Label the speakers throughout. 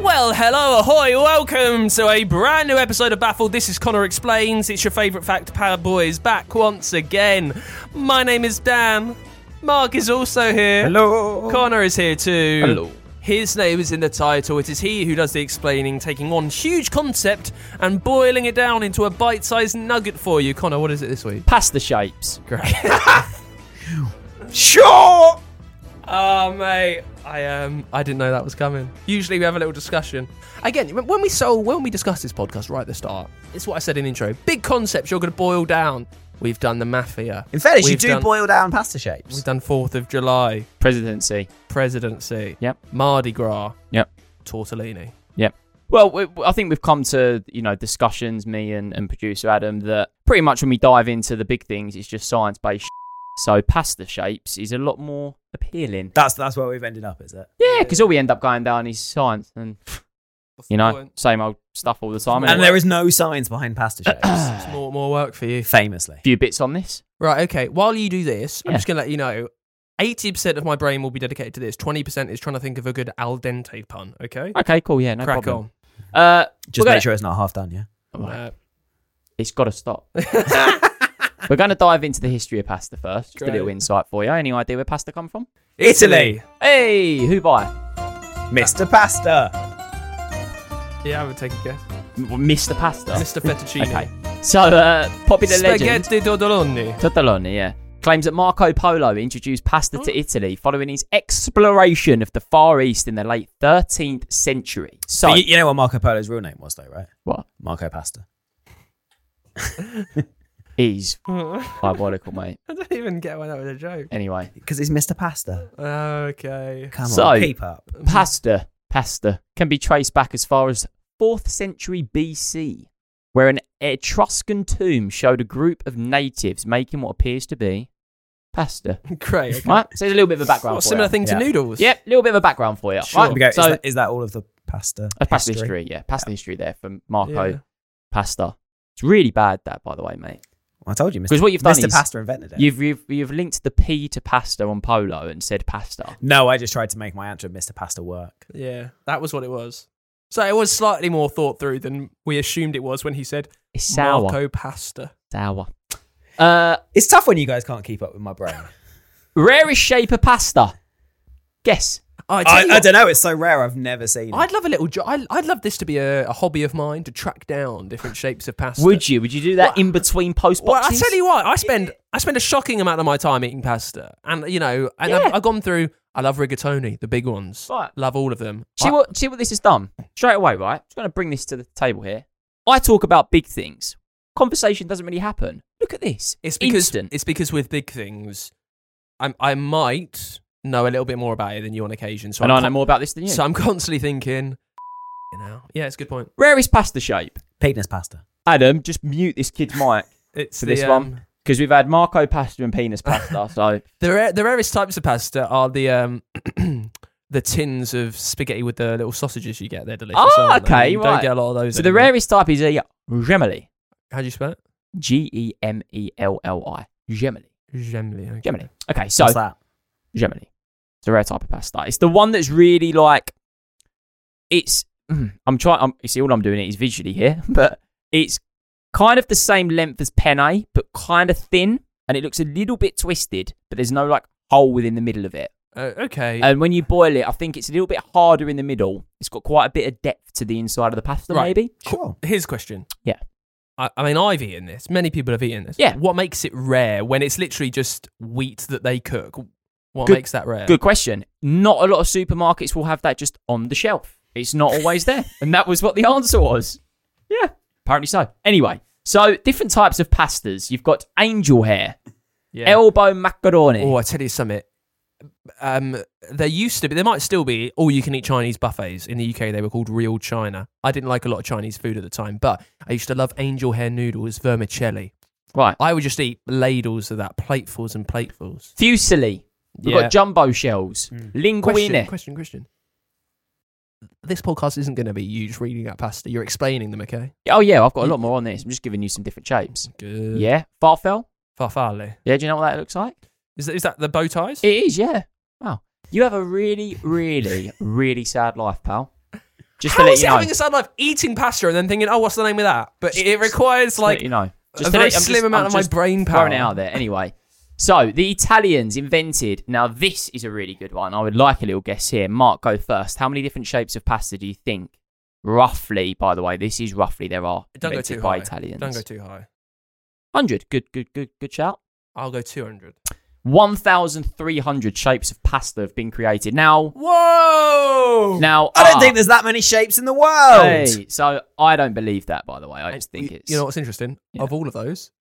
Speaker 1: Well, hello, ahoy, welcome to a brand new episode of Baffled. This is Connor Explains. It's your favourite fact pad boys back once again. My name is Dan. Mark is also here. Hello. Connor is here too. Hello. His name is in the title. It is he who does the explaining, taking one huge concept and boiling it down into a bite sized nugget for you. Connor, what is it this week?
Speaker 2: pasta shapes.
Speaker 1: Great.
Speaker 2: Sure.
Speaker 1: Oh mate, I um, I didn't know that was coming. Usually we have a little discussion. Again, when we so when we discuss this podcast right at the start, it's what I said in intro. Big concepts you're going to boil down. We've done the mafia.
Speaker 3: In fairness, you
Speaker 1: We've
Speaker 3: do
Speaker 1: done-
Speaker 3: boil down pasta
Speaker 1: We've
Speaker 3: shapes.
Speaker 1: done Fourth of July,
Speaker 2: Presidency.
Speaker 1: presidency.
Speaker 2: Yep.
Speaker 1: Mardi Gras.
Speaker 2: Yep.
Speaker 1: Tortellini.
Speaker 2: Yep. Well, we, I think we've come to you know discussions, me and, and producer Adam, that pretty much when we dive into the big things, it's just science based. So pasta shapes is a lot more appealing.
Speaker 3: That's that's where we've ended up, is it?
Speaker 2: Yeah, because all we end up going down is science, and you know, same old stuff all the time.
Speaker 1: Well,
Speaker 3: and
Speaker 2: And
Speaker 3: there is no science behind pasta shapes,
Speaker 1: It's more more work for you.
Speaker 3: famously.
Speaker 2: a few bits on this.
Speaker 1: Right. Okay. While you do this, I'm
Speaker 2: Yeah.
Speaker 1: just going to let you know. 80% of my brain will be dedicated to this. 20% is trying to think of a good al dente pun. Okay.
Speaker 2: Okay, cool. Yeah, no
Speaker 1: Crack
Speaker 2: problem. Uh,
Speaker 3: Just
Speaker 2: we're
Speaker 3: make
Speaker 2: gonna-
Speaker 3: sure it's not half done, yeah.
Speaker 1: on. Uh,
Speaker 2: It's got to stop. we're going to dive into the history of pasta first. Just a little
Speaker 1: Great.
Speaker 2: insight for you. Any idea where pasta come from?
Speaker 3: Italy,
Speaker 2: Hey, who by?
Speaker 3: Mr. Pasta.
Speaker 1: Yeah, I would take a guess.
Speaker 2: Mr. Pasta.
Speaker 1: Mr. Fettuccine.
Speaker 2: Oh. Okay. So, uh, popular legend
Speaker 1: Spaghetti Dodoloni.
Speaker 2: Totolone, yeah, claims that Marco Polo introduced pasta to Italy following his exploration of the Far East in the late 13th century. So,
Speaker 3: you, you know what Marco Polo's real name was, though, right?
Speaker 2: what
Speaker 3: Marco Pasta.
Speaker 2: is
Speaker 1: I
Speaker 2: diabolical, mate?
Speaker 1: don't even get why that was a joke.
Speaker 2: Anyway,
Speaker 3: Because he's Mr. Pasta.
Speaker 1: Okay.
Speaker 3: Come
Speaker 2: So-
Speaker 3: on, keep up.
Speaker 2: pasta, pasta can be traced back as far as 4th century BC, where an Etruscan tomb showed a group of natives making what appears to be pasta.
Speaker 1: Great. Okay.
Speaker 2: Right, so there's a little bit of a background.
Speaker 1: What,
Speaker 2: for
Speaker 1: similar
Speaker 2: ya.
Speaker 1: thing to
Speaker 3: Yeah.
Speaker 1: noodles.
Speaker 2: Yep, a little bit of a background for you.
Speaker 1: Sure.
Speaker 3: There we go. Is
Speaker 2: so,
Speaker 3: that- is that all of the pasta?
Speaker 2: That's pasta history, yeah. Pasta history there from Marco
Speaker 1: Yeah.
Speaker 2: Pasta. It's really bad that, by the way, mate.
Speaker 3: Well, I told you,
Speaker 2: 'Cause
Speaker 3: Mr.
Speaker 2: what you've done
Speaker 3: Mr.
Speaker 2: is-
Speaker 3: Pasta invented it.
Speaker 2: You've, you've you've linked the P to pasta on polo and said pasta.
Speaker 3: No, I just tried to make my answer Mr. Pasta work.
Speaker 1: Yeah. That was what it was. So it was slightly more thought through than we assumed it was when he said
Speaker 2: It's sour.
Speaker 1: Marco pasta.
Speaker 2: Sour. Uh,
Speaker 3: It's tough when you guys can't keep up with my brain.
Speaker 2: rarest shape of pasta. Guess.
Speaker 1: I, tell
Speaker 3: I,
Speaker 1: you
Speaker 3: I
Speaker 1: what,
Speaker 3: don't know. It's so rare. I've never seen it.
Speaker 1: I'd love a little. Jo- I, I'd love this to be a, a hobby of mine to track down different shapes of pasta.
Speaker 2: Would you? Would you do that
Speaker 1: What-
Speaker 2: in between post
Speaker 1: Well, I
Speaker 2: boxes?
Speaker 1: tell you what, I spend I spend a shocking amount of my time eating pasta, and you know, and I've, I've gone through. I love rigatoni, the big ones.
Speaker 2: Right.
Speaker 1: Love all of them.
Speaker 2: See
Speaker 1: I-
Speaker 2: what see what this has done straight away, right? Just going to bring this to the table here. I talk about big things. Conversation doesn't really happen. Look at this.
Speaker 1: it's because
Speaker 2: Instant.
Speaker 1: it's because with big things, I I might know a little bit more about it than you on occasion. So
Speaker 2: and
Speaker 1: I'm
Speaker 2: I know
Speaker 1: con-
Speaker 2: more about this than you.
Speaker 1: So I'm constantly thinking. You know, yeah, it's a good point.
Speaker 2: rarest pasta shape.
Speaker 3: Penis pasta.
Speaker 2: Adam, just mute this kid's mic.
Speaker 1: It's
Speaker 2: for
Speaker 1: the,
Speaker 2: this
Speaker 1: um,
Speaker 2: one because we've had Marco pasta and penis pasta. so
Speaker 1: The rare, the rarest types of pasta are the um the tins of spaghetti with the little sausages you get. They're delicious.
Speaker 2: Oh,
Speaker 1: aren't they?
Speaker 2: okay,
Speaker 1: You
Speaker 2: right.
Speaker 1: don't get a lot of those.
Speaker 2: so the
Speaker 1: anymore.
Speaker 2: rarest type is a gemeli.
Speaker 1: How do you spell it?
Speaker 2: G E M E L L I. Gemeli.
Speaker 1: Gemini. okay.
Speaker 2: Gemeli. Okay, so
Speaker 3: What's that?
Speaker 2: gemeli. It's a rare type of pasta. It's the one that's really like it's. mm, I'm trying. I'm, you see, all I'm doing is visually here, but it's Kind of the same length as penne, but kind of thin, and it looks a little bit twisted, but there's no like hole within the middle of it.
Speaker 1: Uh, okay.
Speaker 2: And when you boil it, I think it's a little bit harder in the middle. It's got quite a bit of depth to the inside of the pasta,
Speaker 1: Right.
Speaker 2: maybe.
Speaker 3: Sure.
Speaker 1: Here's a question.
Speaker 2: Yeah.
Speaker 1: I, I mean, I've eaten this. Many people have eaten this.
Speaker 2: Yeah.
Speaker 1: What makes it rare when it's literally just wheat that they cook? What
Speaker 2: Good-
Speaker 1: makes that rare?
Speaker 2: Good question. Not a lot of supermarkets will have that just on the shelf. It's not always there. and that was what the answer was. Yeah, apparently so. Anyway, so different types of pastas. You've got angel hair,
Speaker 1: Yeah.
Speaker 2: elbow macaroni.
Speaker 1: Oh, I tell you something. Um, there used to be, there might still be all you can eat Chinese buffets in the UK. They were called Real China. I didn't like a lot of Chinese food at the time, but I used to love angel hair noodles, vermicelli.
Speaker 2: right.
Speaker 1: I would just eat ladles of that, platefuls and platefuls.
Speaker 2: Fusilli. We've
Speaker 1: Yeah. Hmm.
Speaker 2: got jumbo shells.
Speaker 1: Question,
Speaker 2: Linguine.
Speaker 1: question, question. This podcast isn't going to be you just reading that pasta. You're explaining them, okay?
Speaker 2: Oh, yeah, I've got a lot more on this. I'm just giving you some different shapes.
Speaker 1: Mm. Good.
Speaker 2: Yeah. Farfel.
Speaker 1: Farfalle.
Speaker 2: Yeah, do you know what that looks like?
Speaker 1: Is that, is that the bow ties?
Speaker 2: It is, yeah. Wow. You have a really, really, really sad life, pal. Just
Speaker 1: How
Speaker 2: to let
Speaker 1: is
Speaker 2: you
Speaker 1: it
Speaker 2: know.
Speaker 1: having a sad life eating pasta and then thinking, oh, what's the name of that? But it, it requires
Speaker 2: Just to let
Speaker 1: like
Speaker 2: you know.
Speaker 1: a
Speaker 2: to
Speaker 1: very
Speaker 2: let- I'm
Speaker 1: slim amount
Speaker 2: I'm
Speaker 1: of my brain
Speaker 2: Throwing it
Speaker 1: power.
Speaker 2: out there. Anyway. So the Italians invented now this is a really good one. I would like a little guess here. Mark, go first. How many different shapes of pasta do you think? Roughly, by the way, this is roughly there are
Speaker 1: Don't go
Speaker 2: invented
Speaker 1: too
Speaker 2: by
Speaker 1: high.
Speaker 2: Italians.
Speaker 1: Don't go too high.
Speaker 2: hundred. Good, good, good, good shout.
Speaker 1: I'll go 200.
Speaker 2: One thousand three hundred shapes of pasta have been created. Now
Speaker 1: Whoa!
Speaker 2: now
Speaker 3: I don't
Speaker 2: ah,
Speaker 3: think there's that many shapes in the world.
Speaker 2: Hey, so I don't believe that, by the way. I
Speaker 1: And
Speaker 2: just think
Speaker 1: you,
Speaker 2: it's
Speaker 1: You know what's interesting?
Speaker 2: Yeah.
Speaker 1: Of all of those,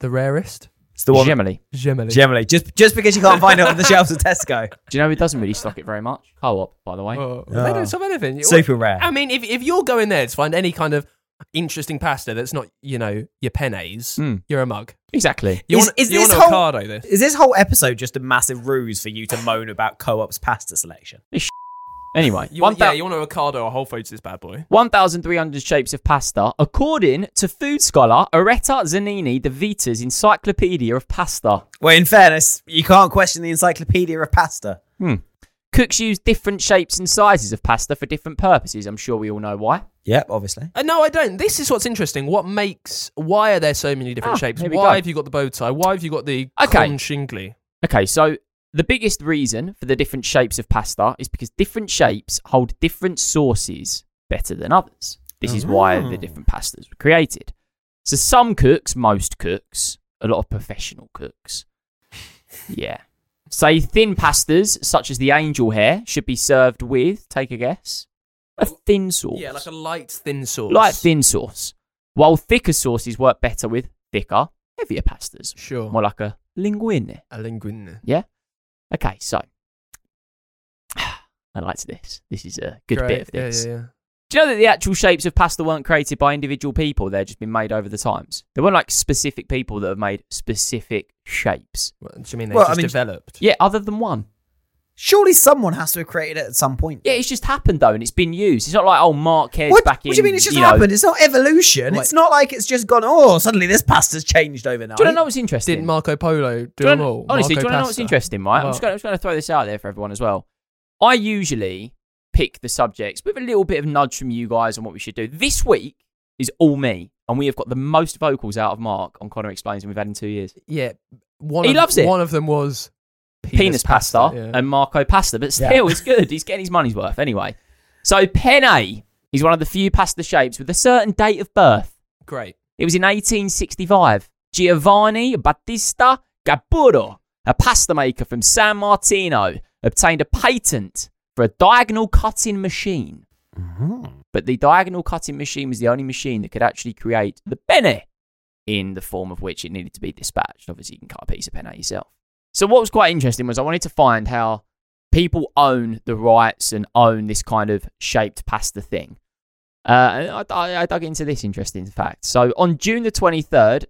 Speaker 1: the rarest,
Speaker 3: It's the one.
Speaker 2: Gemini.
Speaker 1: Gemelli.
Speaker 3: Generally, just just because you can't find it on the shelves of Tesco.
Speaker 2: Do you know it doesn't really stock it very much? Co-op, by the way.
Speaker 1: Oh,
Speaker 3: Ah.
Speaker 1: They don't sell anything. You-
Speaker 3: Super rare.
Speaker 1: I mean, if, if you're going there to find any kind of interesting pasta that's not, you know, your pennies,
Speaker 2: Mm.
Speaker 1: you're a mug.
Speaker 2: Exactly.
Speaker 1: You
Speaker 3: Is-
Speaker 1: want,
Speaker 3: is
Speaker 1: you
Speaker 3: this
Speaker 1: want
Speaker 3: whole-
Speaker 1: Ocado, this.
Speaker 3: Is this whole episode just a massive ruse for you to moan about co-op's pasta selection?
Speaker 2: Anyway,
Speaker 1: You
Speaker 2: one
Speaker 1: want,
Speaker 2: thou-
Speaker 1: yeah, you want a Ocado or Whole Foods, this bad boy.
Speaker 2: 1,300 shapes of pasta, according to food scholar Areta Zanini de Vita's Encyclopedia of Pasta.
Speaker 3: Well, in fairness, you can't question the encyclopedia of pasta.
Speaker 1: Hmm.
Speaker 2: Cooks use different shapes and sizes of pasta for different purposes. I'm sure we all know why.
Speaker 3: Yep, obviously.
Speaker 1: Uh, no, I don't. This is what's interesting. What makes? Why are there so many different
Speaker 2: Ah,
Speaker 1: shapes?
Speaker 2: here
Speaker 1: Why
Speaker 2: we go.
Speaker 1: have you got the bow tie? Why have you got the
Speaker 2: Okay.
Speaker 1: con shingly?
Speaker 2: Okay, so the biggest reason for the different shapes of pasta is because different shapes hold different sauces better than others. This is why
Speaker 1: Oh.
Speaker 2: the different pastas were created. So some cooks, most cooks, a lot of professional cooks, yeah, say thin pastas such as the angel hair should be served with, take a guess, a thin sauce.
Speaker 1: Yeah, like a light thin sauce.
Speaker 2: light thin sauce. While thicker sauces work better with thicker, heavier pastas.
Speaker 1: Sure.
Speaker 2: More like a linguine.
Speaker 1: a linguine.
Speaker 2: Yeah. Okay. So I liked this. This is a good bit
Speaker 1: Great.
Speaker 2: of this.
Speaker 1: Yeah, yeah, yeah.
Speaker 2: Do you know that the actual shapes of pasta weren't created by individual people? They've just been made over the times. There weren't like specific people that have made specific shapes.
Speaker 1: What, do you mean they
Speaker 3: Well, I
Speaker 1: just
Speaker 3: mean-
Speaker 1: developed?
Speaker 2: Yeah, other than one.
Speaker 3: Surely someone has to have created it at some point.
Speaker 2: Yeah, it's just happened though, and it's been used. It's not like oh, Mark Cares
Speaker 3: What,
Speaker 2: back in.
Speaker 3: what do you mean it's just
Speaker 2: know-
Speaker 3: happened? It's not evolution. It's not like it's just gone, oh, suddenly this pasta's changed overnight.
Speaker 2: Do you know what's interesting?
Speaker 1: Didn't Marco Polo do
Speaker 2: Do you
Speaker 1: them
Speaker 2: wanna-
Speaker 1: all?
Speaker 2: Honestly,
Speaker 1: Marco
Speaker 2: do you want to know what's
Speaker 1: Pasta.
Speaker 2: interesting, right? I'm,
Speaker 1: Well-
Speaker 2: just gonna, I'm just going to throw this out there for everyone as well. I usually pick the subjects with a little bit of nudge from you guys on what we should do. This week is all me, and we have got the most vocals out of Mark on Connor Explains, and we've had in two years.
Speaker 1: Yeah, one
Speaker 2: He
Speaker 1: of,
Speaker 2: loves it.
Speaker 1: One of them was penis,
Speaker 2: Penis pasta, Um,
Speaker 1: yeah.
Speaker 2: and Marco pasta, but still, it's good. He's getting his money's worth anyway. So, penne is one of the few pasta shapes with a certain date of birth.
Speaker 1: Great.
Speaker 2: It was in 1865. Giovanni Battista Gaburo, a pasta maker from San Martino, obtained a patent for a diagonal cutting machine. But the diagonal cutting machine was the only machine that could actually create the penne in the form of which it needed to be dispatched. Obviously, you can cut a piece of penne yourself. So, what was quite interesting was I wanted to find how people own the rights and own this kind of shaped pasta thing. Uh, I, I, I dug into this interesting fact. So, on June the 23rd,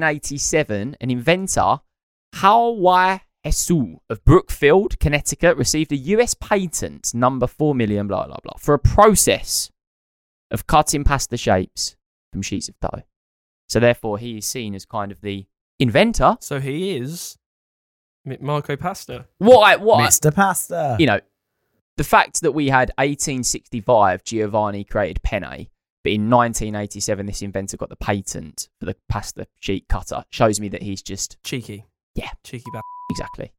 Speaker 2: 1987, an inventor, Howai Hesu of Brookfield, Connecticut, received a US patent, number 4 million, blah, blah, blah, for a process of cutting pasta shapes from sheets of dough. So, therefore, he is seen as kind of the inventor.
Speaker 1: So he is M- Marco Pasta.
Speaker 2: What? I, what? I-
Speaker 3: Mr. Pasta.
Speaker 2: you know, the fact that we had 1865 Giovanni created penne, But in 1987, this inventor got the patent for the pasta sheet cutter. Shows me that he's just
Speaker 1: Cheeky.
Speaker 2: Yeah.
Speaker 1: Cheeky bad.
Speaker 2: exactly.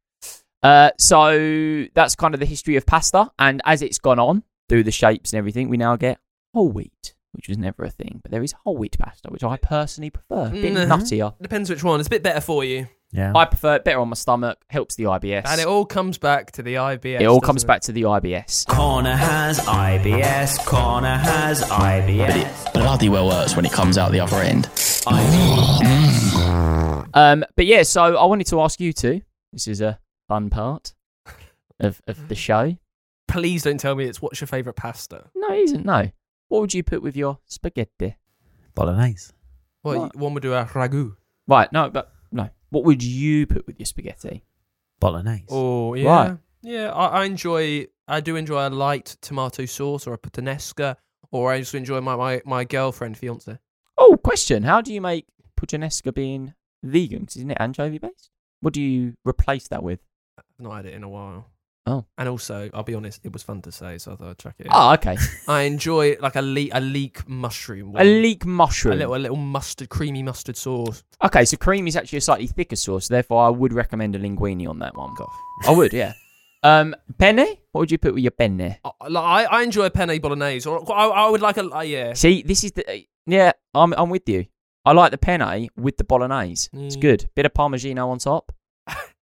Speaker 2: Uh, so that's kind of the history of pasta, and as it's gone on through the shapes and everything, we now get whole wheat, which was never a thing, but there is whole wheat pasta, which I personally prefer. A bit
Speaker 1: Mhm.
Speaker 2: nuttier.
Speaker 1: Depends which one. It's a bit better for you.
Speaker 3: Yeah.
Speaker 2: I prefer it better on my stomach. Helps the IBS.
Speaker 1: And it all comes back to the IBS.
Speaker 2: It all comes
Speaker 1: doesn't
Speaker 2: back to the IBS.
Speaker 4: Corner has IBS, Corner has IBS.
Speaker 5: Bloody well works when it comes out the other end.
Speaker 2: Um, but yeah, so I wanted to ask you two. This is a fun part of of the show.
Speaker 1: it? Please don't tell me it's what's your favourite pasta.
Speaker 2: No, it isn't. No. What would you put with your spaghetti?
Speaker 3: Bolognese.
Speaker 1: Well,
Speaker 2: What?
Speaker 1: one would do a ragu.
Speaker 2: Right. No, but no. What would you put with your spaghetti?
Speaker 3: Bolognese.
Speaker 1: Oh, yeah.
Speaker 2: Right.
Speaker 1: Yeah, I, I enjoy, I do enjoy a light tomato sauce or a puttanesca, or I just enjoy my, my, my girlfriend, fiance.
Speaker 2: Oh, question. How do you make puttanesca being vegan? 'Cause isn't it anchovy based? What do you replace that with?
Speaker 1: I've not had it in a while.
Speaker 2: Oh.
Speaker 1: And also, I'll be honest, it was fun to say, so I thought I'd chuck it in.
Speaker 2: Oh, okay.
Speaker 1: I enjoy like a, le- a leek mushroom.
Speaker 2: a
Speaker 1: one.
Speaker 2: leek
Speaker 1: A
Speaker 2: mushroom.
Speaker 1: little, a little mustard, creamy mustard sauce.
Speaker 2: Okay, so cream is actually a slightly thicker sauce. Therefore, I would recommend a linguine on that one. I would, yeah. Um, penne? What would you put with your penne?
Speaker 1: I, I, I enjoy a penne bolognese, or I, I would like a, uh, yeah.
Speaker 2: See, this is the yeah. I'm I'm with you. I like the penne with the bolognese. It's
Speaker 1: Mm.
Speaker 2: good. Bit of parmigiano on top.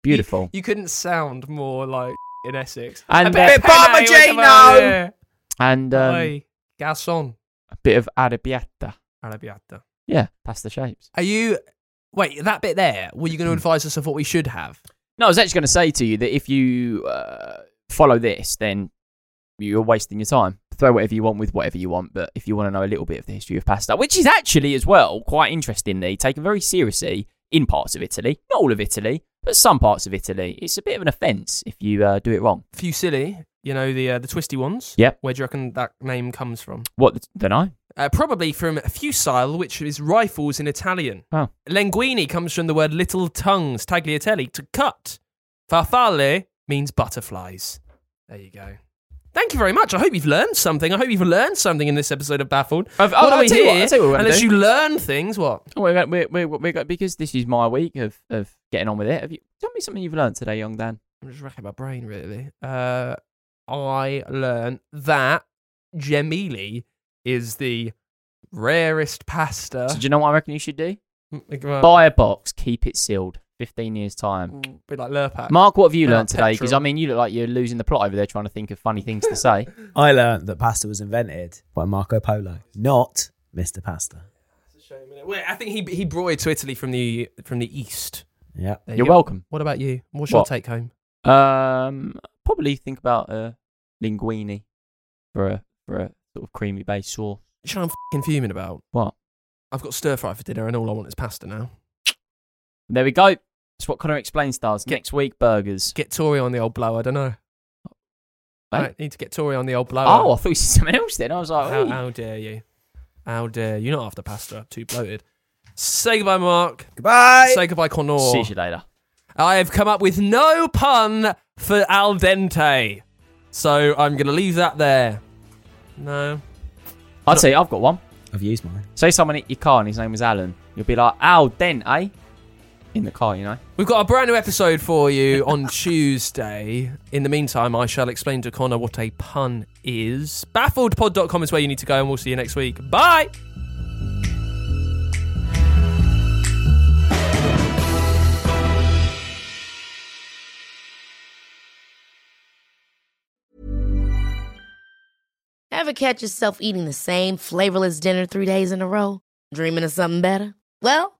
Speaker 2: Beautiful.
Speaker 1: You couldn't sound more like in Essex.
Speaker 2: And,
Speaker 1: a bit
Speaker 2: uh,
Speaker 1: of penne would come out,
Speaker 3: Parmigiano!
Speaker 1: yeah.
Speaker 2: and um, a
Speaker 1: Oi, garçon,
Speaker 2: bit of arrabbiata.
Speaker 1: arrabbiata.
Speaker 2: Yeah, that's the shapes.
Speaker 1: Are you? Wait, that bit there. Were you going to advise us of what we should have?
Speaker 2: No, I was actually going to say to you that if you uh, follow this, then you're wasting your time. Throw whatever you want with whatever you want, but if you want to know a little bit of the history of pasta, which is actually as well quite interestingly taken very seriously in parts of Italy, not all of Italy, but some parts of Italy, it's a bit of an offence if you uh, do it wrong.
Speaker 1: Fusilli, you know the uh, the twisty ones.
Speaker 2: Yep.
Speaker 1: Where do you reckon that name comes from?
Speaker 2: What? Then I?
Speaker 1: Uh, probably from fusile, which is rifles in Italian.
Speaker 2: Oh.
Speaker 1: Linguini comes from the word little tongues, tagliatelle, to cut. Farfalle means butterflies. There you go. Thank you very much. I hope you've learned something. I hope you've learned something in this episode of Baffled.
Speaker 2: I've- I'll-
Speaker 1: What are
Speaker 2: I'll
Speaker 1: we
Speaker 2: oh, tell you what- I'll
Speaker 1: here?
Speaker 2: tell you what we're gonna
Speaker 1: Unless
Speaker 2: do.
Speaker 1: you learn things, what?
Speaker 2: Oh, we're, we're, we're, we're go- because this is my week of, of getting on with it. Have you tell me something you've learned today, young Dan?
Speaker 1: I'm just racking my brain, really. Uh, I learned that gemili is the rarest pasta.
Speaker 2: So do you know what I reckon you should do?
Speaker 1: Mm, uh,
Speaker 2: Buy a box, keep it sealed. Fifteen years time.
Speaker 1: Mm, Bit like Lurpak.
Speaker 2: Mark, what have you
Speaker 1: Without
Speaker 2: learned today? Because I
Speaker 1: petrol.
Speaker 2: mean, you look like you're losing the plot over there, trying to think of funny things to say.
Speaker 3: I learned that pasta was invented by Marco Polo, not Mr. Pasta.
Speaker 1: Wait, I think he he brought it to Italy from the from the east.
Speaker 3: Yeah.
Speaker 1: There you
Speaker 2: you're
Speaker 1: go.
Speaker 2: welcome.
Speaker 1: What about you? What's your
Speaker 2: What?
Speaker 1: take home?
Speaker 2: Um, probably think about a linguine for a for a sort of creamy base sauce.
Speaker 1: You know what I'm fing fuming about?
Speaker 2: What?
Speaker 1: I've got stir fry for dinner, and all I want is pasta now.
Speaker 2: There we go. That's what Connor explains. Stars next week burgers.
Speaker 1: Get Tory on the old blower. I don't know.
Speaker 2: Eh?
Speaker 1: I need to get Tory on the old blower.
Speaker 2: Oh, I thought you said something else. Then I was like,
Speaker 1: How,
Speaker 2: "Ooh."
Speaker 1: how dare you? How dare you? Not after pasta. Too bloated. Say goodbye, Mark.
Speaker 3: Goodbye.
Speaker 1: Say goodbye, Connor.
Speaker 2: see you later.
Speaker 1: I have come up with no pun for al dente. So I'm going to leave that there. No.
Speaker 2: I'd say I've got one.
Speaker 3: I've used mine.
Speaker 2: Say someone hit your car and his name was Alan. You'll be like, "Ow, then, eh?" In the car, you know.
Speaker 1: We've got a brand new episode for you on Tuesday. In the meantime, I shall explain to Connor what a pun is. Baffledpod.com is where you need to go, and we'll see you next week. Bye!
Speaker 6: Ever catch yourself eating the same flavorless dinner three days in a row? Dreaming of something better? Well,